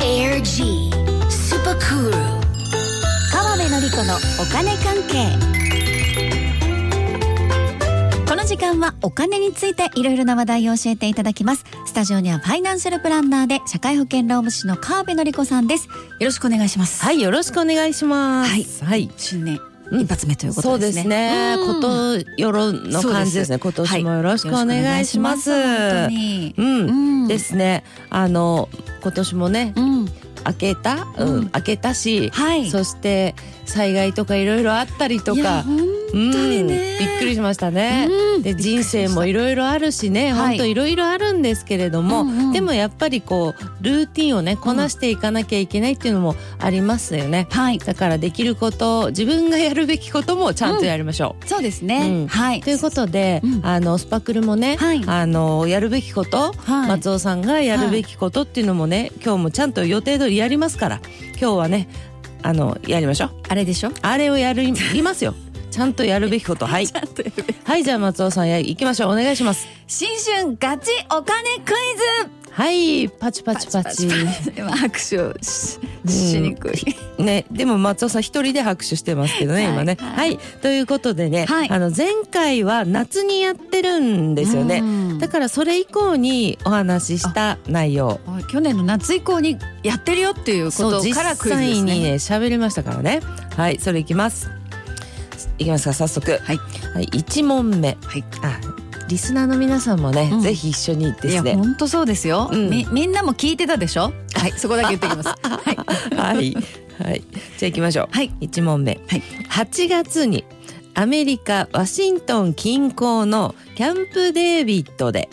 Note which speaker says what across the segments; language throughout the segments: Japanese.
Speaker 1: G スーパークール
Speaker 2: 川辺典子のお金関係この時間はお金についていろいろな話題を教えていただきますスタジオにはファイナンシャルプランナーで社会保険労務士の川辺典子さんですよろしくお願いします
Speaker 3: はい、よろしくお願いします。
Speaker 2: はい
Speaker 3: はい。
Speaker 2: 新年
Speaker 3: うん
Speaker 2: 一発目というこ
Speaker 3: そ
Speaker 2: と
Speaker 3: う
Speaker 2: で
Speaker 3: です
Speaker 2: ね、
Speaker 3: すね。
Speaker 2: うん
Speaker 3: ことよろの感じですね。
Speaker 2: そう
Speaker 3: 今
Speaker 2: です
Speaker 3: 年もよろしくお願いします。
Speaker 2: はいよろしくお願いします本当に
Speaker 3: う。
Speaker 2: うんん
Speaker 3: ですね。あの今年もね、
Speaker 2: うん
Speaker 3: 明けた、う
Speaker 2: うん
Speaker 3: ん、明けたし、
Speaker 2: はい
Speaker 3: そして災害とかいろいろあったりと
Speaker 2: いや
Speaker 3: か。
Speaker 2: 本当に
Speaker 3: うんび
Speaker 2: ね、
Speaker 3: っくりしましたね。
Speaker 2: うん
Speaker 3: で人生もいろいろあるしね、
Speaker 2: はい
Speaker 3: 本当いろいろあるんですけれども、
Speaker 2: うんうん
Speaker 3: でもやっぱりこうルーティンをねこなしていかなきゃいけないっていうのもありますよね。
Speaker 2: はい
Speaker 3: だからできること自分がやるべきこともちゃんとやりましょう。
Speaker 2: そうですね、
Speaker 3: うん
Speaker 2: はい
Speaker 3: ということで、
Speaker 2: うん
Speaker 3: あのスパクルもね、
Speaker 2: はい
Speaker 3: あのやるべきこと、
Speaker 2: はい
Speaker 3: 松尾さんがやるべきことっていうのもね、今日もちゃんと予定通りやりますから今日はねあのやりましょう
Speaker 2: あれでしょ
Speaker 3: あれをやるやります よちゃんとやるべきこと はいはいじゃあ松尾さんや行きましょうお願いします
Speaker 2: 新春ガチお金クイ
Speaker 3: はいパチパチパチ
Speaker 2: ズでは拍手をし
Speaker 3: うん
Speaker 2: しにくい、
Speaker 3: ね、でも松尾さん一人で拍手してますけどね、
Speaker 2: はい
Speaker 3: 今ね。
Speaker 2: は
Speaker 3: はいい、ということでね、
Speaker 2: はい
Speaker 3: あの前回は夏にやってるんですよね。
Speaker 2: うん
Speaker 3: だからそれ以降にお話しした内容。
Speaker 2: おい去年の夏以降にやってるよっていうこと
Speaker 3: 実
Speaker 2: からクイズで
Speaker 3: 際
Speaker 2: す
Speaker 3: に
Speaker 2: ね
Speaker 3: ね喋りましたからね。はい、それいきます。いきますか早速。
Speaker 2: はい
Speaker 3: はい、一問目。
Speaker 2: はい
Speaker 3: あ、リスナーの皆さんもね、
Speaker 2: うん
Speaker 3: ぜひ一緒にです
Speaker 2: いや
Speaker 3: ね。
Speaker 2: 本当そうですよ、
Speaker 3: うん
Speaker 2: みみんなも聞いてたでしょはいそこだけ言ってき ますはい
Speaker 3: はい、はい、じゃあ行きましょう。
Speaker 2: はい
Speaker 3: 一問目、
Speaker 2: はい
Speaker 3: 8月にアメリカワシントン近郊のキャンプデービッドで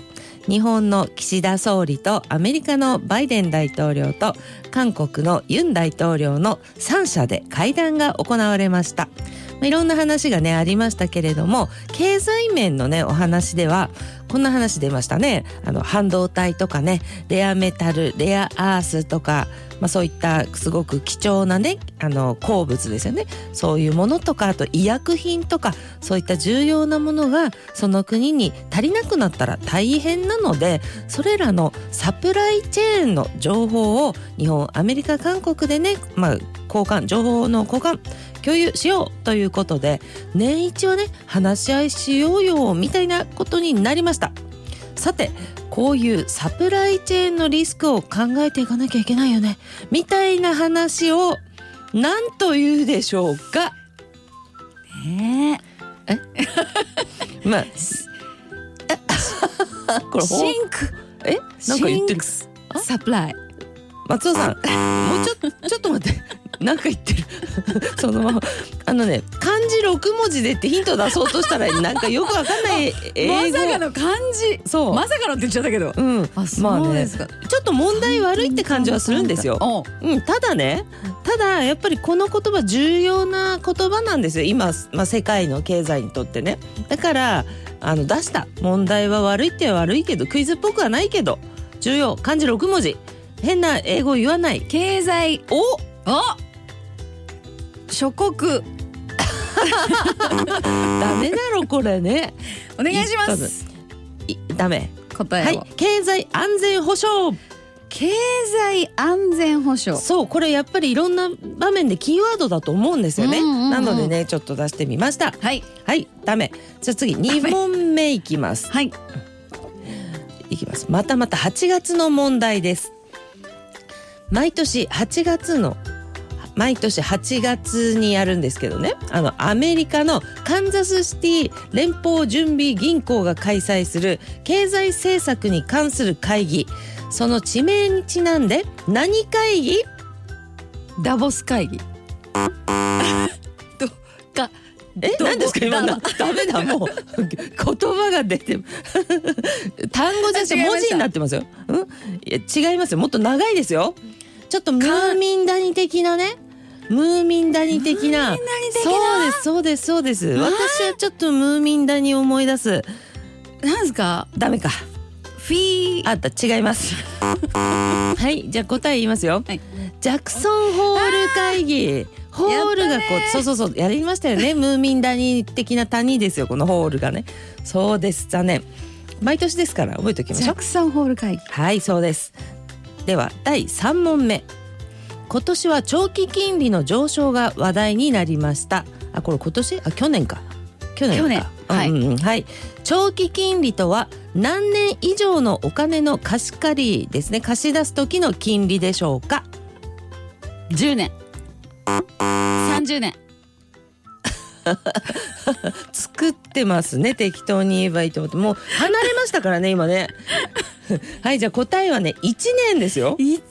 Speaker 3: 日本の岸田総理とアメリカのバイデン大統領と韓国のユン大統領の3者で会談が行われました。まあいろんな話がねありましたけれども経済面のねお話ではこんな話出ましたねあの半導体とかねレアメタルレアアースとか、まあ、そういったすごく貴重なねあの鉱物ですよねそういうものとかあと医薬品とかそういった重要なものがその国に足りなくなったら大変なのでそれらのサプライチェーンの情報を日本アメリカ韓国でね、まあ、交換情報の交換共有しようということで年一をね話し合いしようよみたいなことになりましたさてこういうサプライチェーンのリスクを考えていかなきゃいけないよねみたいな話を何と言うでしょうか
Speaker 2: ね
Speaker 3: ま あこれほ
Speaker 2: シンク
Speaker 3: えなんか言ってる
Speaker 2: シンクサプライ
Speaker 3: 松尾さんもうちょちょっと待ってなんか言ってる そのあのね漢字六文字でってヒント出そうとしたらなんかよくわかん ない英
Speaker 2: まさか
Speaker 3: 語
Speaker 2: の漢字
Speaker 3: そう、
Speaker 2: まさかのって言っちゃったけど
Speaker 3: うん
Speaker 2: あそうですか、
Speaker 3: ちょっと問題悪いって感じはするんですよ。
Speaker 2: おう
Speaker 3: うん、ただねただやっぱりこの言葉重要な言葉なんですよ今、まあ、世界の経済にとってねだからあの出した問題は悪いって悪いけどクイズっぽくはないけど重要漢字6文字変な英語を言わない
Speaker 2: 経済
Speaker 3: お
Speaker 2: お諸国
Speaker 3: ダメだろこれね
Speaker 2: お願いします
Speaker 3: いダメ
Speaker 2: 答え
Speaker 3: は
Speaker 2: を、
Speaker 3: い経済安全保障
Speaker 2: 経済安全保障
Speaker 3: そうこれやっぱりいろんな場面でキーワードだと思うんですよね、
Speaker 2: うんうんうん
Speaker 3: なのでねちょっと出してみました
Speaker 2: はい
Speaker 3: はいダメじゃあ次2問目いきます
Speaker 2: はい
Speaker 3: いきます。またまた8月の問題です。毎年8月の毎年8月にやるんですけどねあのアメリカのカンザスシティ連邦準備銀行が開催する経済政策に関する会議その地名にちなんで何会議
Speaker 2: ダボス会議 どか
Speaker 3: え
Speaker 2: ど
Speaker 3: 何ですか今のダメだもう言葉が出て単語じゃなく
Speaker 2: あ
Speaker 3: て
Speaker 2: 違いま
Speaker 3: 文
Speaker 2: した
Speaker 3: 字になってますよ、うん、いや違いますよもっと長いですよちょっとムーミン谷的なねムーミン谷的なそうですそうですそうです
Speaker 2: わあ
Speaker 3: 私はちょっとムーミン谷を思い出す
Speaker 2: 何ですか
Speaker 3: ダメか
Speaker 2: フィー
Speaker 3: あった違います はいじゃあ答え言いますよ、
Speaker 2: はい
Speaker 3: ジャクソンホール会議ホール
Speaker 2: やった
Speaker 3: がこ
Speaker 2: ね
Speaker 3: うそうそうそうやりました よねムーミン谷的な谷ですよこのホールがねそうです残念毎年ですから覚えておきま
Speaker 2: ジ
Speaker 3: しょ
Speaker 2: ャ
Speaker 3: う
Speaker 2: クソンホール会議
Speaker 3: はいそうですでは第3問目今年は長期金利の上昇が話題になりましたあこれ今年あ去年か去年か
Speaker 2: 去年はい
Speaker 3: うんうんはい、長期金利とは何年以上のお金の貸し借りですね貸し出す時の金利でしょうか
Speaker 2: 10年30年
Speaker 3: 作ってますね適当に言えばいいと思ってもう離れましたからね今ね はいじゃあ答えはね1年ですよ
Speaker 2: 1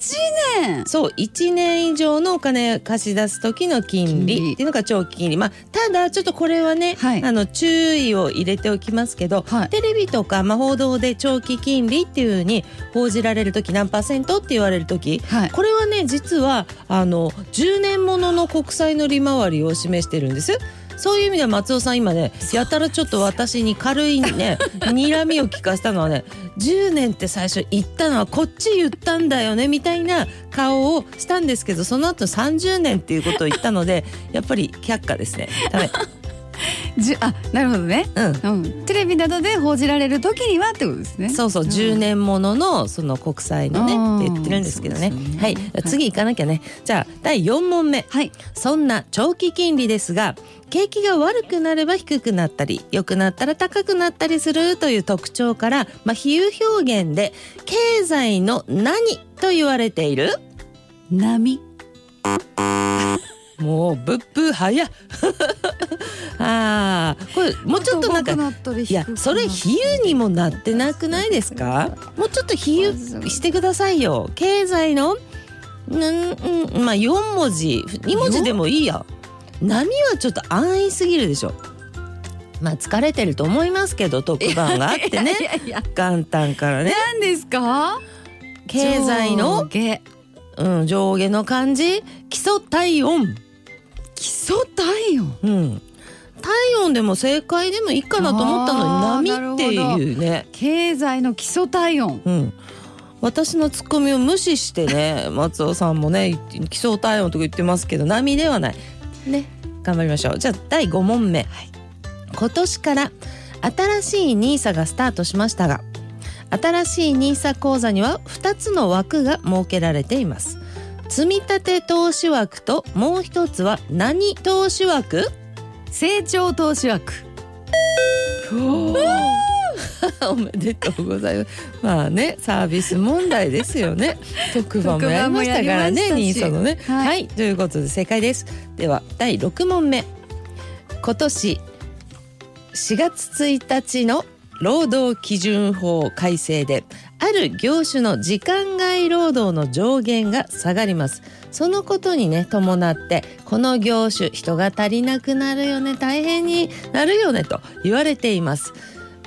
Speaker 2: 年
Speaker 3: そう1年以上のお金貸し出す時の金
Speaker 2: 金利
Speaker 3: 利っていうのが長期金利まあただちょっとこれはね、
Speaker 2: はい
Speaker 3: あの注意を入れておきますけど、
Speaker 2: はい
Speaker 3: テレビとか、まあ、報道で長期金利っていうふうに報じられる時何パーセントって言われる時
Speaker 2: はい
Speaker 3: これはね実はあの10年ものの国債の利回りを示してるんです。そういう意味では松尾さん今ねやたらちょっと私に軽 いね睨みを聞かせたのはね10年って最初言ったのはこっち言ったんだよねみたいな顔をしたんですけどその後30年っていうことを言ったの でやっぱり却下ですね。ダメ
Speaker 2: じゅあなるほどね
Speaker 3: うん
Speaker 2: うん、テレビなどで報じられる時にはってことですね。
Speaker 3: そうそう、
Speaker 2: ん
Speaker 3: 10年もののその国債の
Speaker 2: うん
Speaker 3: ねって言ってるんですけどね
Speaker 2: そうですよね
Speaker 3: はい
Speaker 2: はい
Speaker 3: 次行かなきゃねじゃあ第4問目
Speaker 2: はい、
Speaker 3: そんな長期金利ですが景気が悪くなれば低くなったり良くなったら高くなったりするという特徴から、まあ、比喩表現で経済の何と言われている
Speaker 2: 波。
Speaker 3: もうブッブー早っ あーこれもうちょっとなんか
Speaker 2: 高くったり
Speaker 3: いや
Speaker 2: 低くなったり
Speaker 3: それ比喩にもなってなくないですかもうちょっと比喩してくださいよ経済のうんうんまあ4文字2文字でもいいや波はちょっと安易すぎるでしょまあ疲れてると思いますけど特番があってね
Speaker 2: いやいや、
Speaker 3: 元旦からね
Speaker 2: 何ですか？
Speaker 3: 経済
Speaker 2: 上
Speaker 3: の、
Speaker 2: 下
Speaker 3: うん、上下の感じ基礎体温
Speaker 2: 基礎体温。
Speaker 3: うん体温でも正解でもいいかなと思った
Speaker 2: あ
Speaker 3: の
Speaker 2: ー
Speaker 3: に波っていうね
Speaker 2: 経済の基礎体温。
Speaker 3: うん、私のツッコミを無視してね 松尾さんもね気象体温とか言ってますけど波ではないね頑張りましょうじゃあ第5問目、今年から新しい NISA がスタートしましたが新しい NISA 口座には2つの枠が設けられています積立投資枠ともう一つは何投資枠
Speaker 2: 成長投資枠。
Speaker 3: おめでとうございますまあねサービス問題です よね特番もやりましたか
Speaker 2: 特番もや
Speaker 3: らね
Speaker 2: りま
Speaker 3: ニ
Speaker 2: したし
Speaker 3: ーサのね
Speaker 2: はい
Speaker 3: はい、ということで正解ですでは第6問目今年4月1日の労働基準法改正である業種の時間外労働の上限が下がりますそのことにね伴ってこの業種人が足りなくなるよね大変になるよねと言われています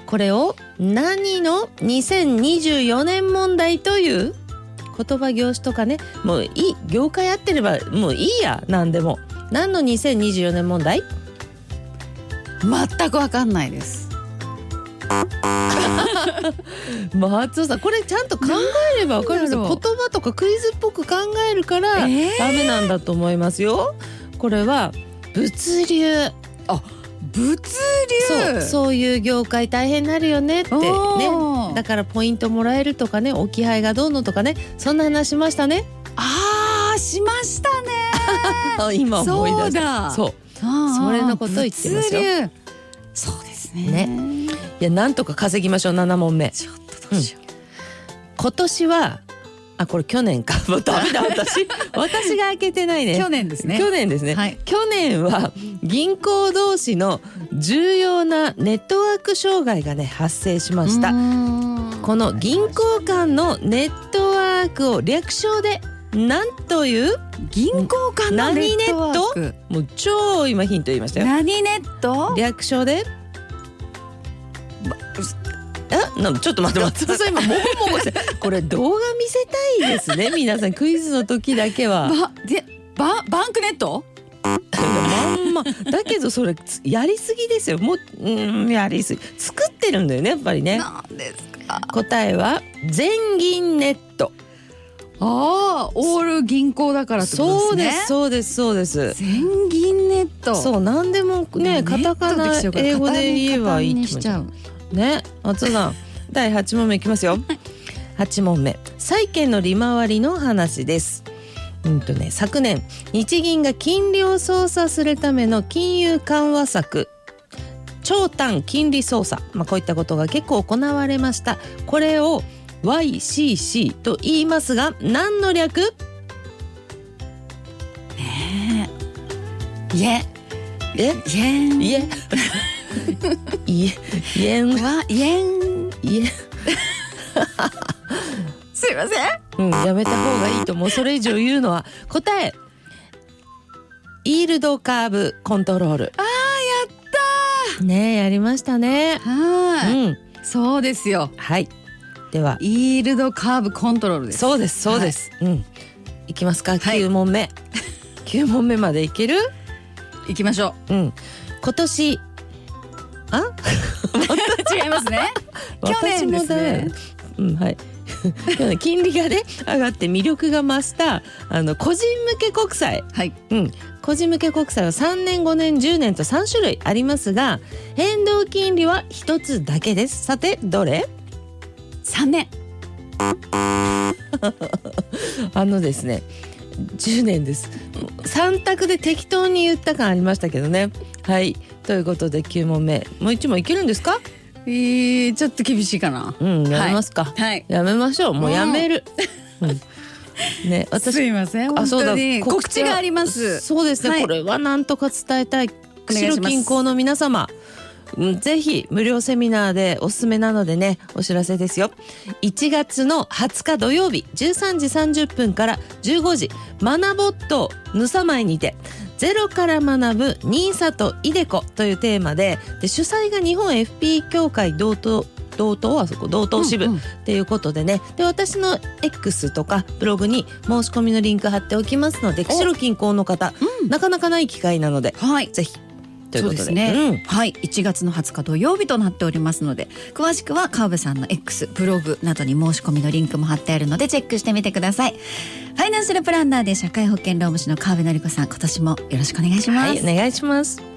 Speaker 3: これを何の2024年問題という言葉業種とかねもういい業界合ってればもういいや何でも何の2024年問題
Speaker 2: 全くわかんないです。
Speaker 3: 松尾さんこれちゃんと考えれば分かるんですよ
Speaker 2: なん
Speaker 3: 言
Speaker 2: だろう
Speaker 3: 葉とかクイズっぽく考えるから
Speaker 2: えー
Speaker 3: ダメなんだと思いますよ。これは物流
Speaker 2: 物流。
Speaker 3: そうそういう業界大変になるよねってね
Speaker 2: おー
Speaker 3: だからポイントもらえるとかね置き配がどうのとかねそんな話しましたね
Speaker 2: ああ、しましたね。
Speaker 3: あ今思い出
Speaker 2: そう
Speaker 3: した
Speaker 2: だ。
Speaker 3: そう
Speaker 2: あー
Speaker 3: それのことを言ってますよ
Speaker 2: 物流そうですね。ね。
Speaker 3: いやなんとか稼ぎましょう7問目
Speaker 2: ちょっとどうしよう。
Speaker 3: 今年はあこれ去年か もうダメだ 私私が開けてないね
Speaker 2: 去年ですね。
Speaker 3: 去年ですね、
Speaker 2: はい
Speaker 3: 去年は銀行同士の重要なネットワーク障害がね発生しましたこの銀行間のネットワークを略称で何という
Speaker 2: 銀行間のネットワーク
Speaker 3: もう超今ヒント言いましたよ
Speaker 2: 何ネット
Speaker 3: 略称でえなんちょっと待って 松田さん今もごもごしてこれ動画見せたいですね皆さんクイズの時だけは
Speaker 2: ばでばバンクネット
Speaker 3: まんまだけどそれつやりすぎですよもううんやりすぎ作ってるんだよねやっぱりね
Speaker 2: なんですか
Speaker 3: 答えは全銀ネット
Speaker 2: あーオール銀行だからってこ
Speaker 3: そ
Speaker 2: と
Speaker 3: うで
Speaker 2: ですすね
Speaker 3: そうですそうです
Speaker 2: 全銀ネット
Speaker 3: そう何でもねカタカナ英語で言えばいいって
Speaker 2: しちゃう
Speaker 3: ね松尾さん第8問目いきますよ8問目債券の利回りの話ですうんとね、昨年日銀が金利を操作するための金融緩和策長短金利操作、まあ、こういったことが結構行われましたこれを YCC と言いますが何の略
Speaker 2: ねえいえ
Speaker 3: え
Speaker 2: イエン
Speaker 3: いえ いえいえん
Speaker 2: はイエン
Speaker 3: いえ、
Speaker 2: すいません
Speaker 3: うん、やめた方がいいと思うそれ以上言うのは答えイールドカーブコントロールあーやったねえやりましたね
Speaker 2: はーい、
Speaker 3: うん
Speaker 2: そうですよ
Speaker 3: はいでは
Speaker 2: イールドカーブコントロールです
Speaker 3: そうですそうです、うんいきますか九問 目、九問目までいける
Speaker 2: 行きましょ
Speaker 3: うん今年
Speaker 2: う違いますね去年ですね
Speaker 3: 私もだうんはい 去年金利がね上がって魅力が増したあの個人向け国債
Speaker 2: はい
Speaker 3: うん、個人向け国債は3年5年10年と3種類ありますが変動金利は1つだけですさてどれ
Speaker 2: 三年
Speaker 3: あのですね10年です3択で適当に言った感ありましたけどねはいということで9問目もう1問いけるんですか
Speaker 2: えー、ちょっと厳しいかな
Speaker 3: うんやめますか、
Speaker 2: はい
Speaker 3: やめましょうもうやめる、うんね
Speaker 2: す
Speaker 3: 私
Speaker 2: いません本
Speaker 3: あそう
Speaker 2: 当
Speaker 3: だ
Speaker 2: に告知があります
Speaker 3: そうですね、
Speaker 2: はい
Speaker 3: これはなんとか伝えたい
Speaker 2: 願いし
Speaker 3: 釧
Speaker 2: ます
Speaker 3: 路近郊の皆様うんぜひ無料セミナーでおすすめなのでねお知らせですよ1月の20日土曜日13時30分から15時マナボットぬさまいにてゼロから学ぶニーサとイデコというテーマでで主催が日本 FP 協会同等同等はそこ同等支部、
Speaker 2: うんうん
Speaker 3: っていうことでねで私の X とかブログに申し込みのリンク貼っておきますので釧路近郊の方、
Speaker 2: うん
Speaker 3: なかなかない機会なので
Speaker 2: はい
Speaker 3: ぜひという
Speaker 2: そ
Speaker 3: こ
Speaker 2: うで
Speaker 3: とです
Speaker 2: ね、
Speaker 3: うん
Speaker 2: はい1月の20日土曜日となっておりますので詳しくは川辺さんの X ブログなどに申し込みのリンクも貼ってあるのでチェックしてみてくださいファイナンシャルプランナーで社会保険労務士の川辺典子さん今年もよろしくお願いします、
Speaker 3: はいお願いします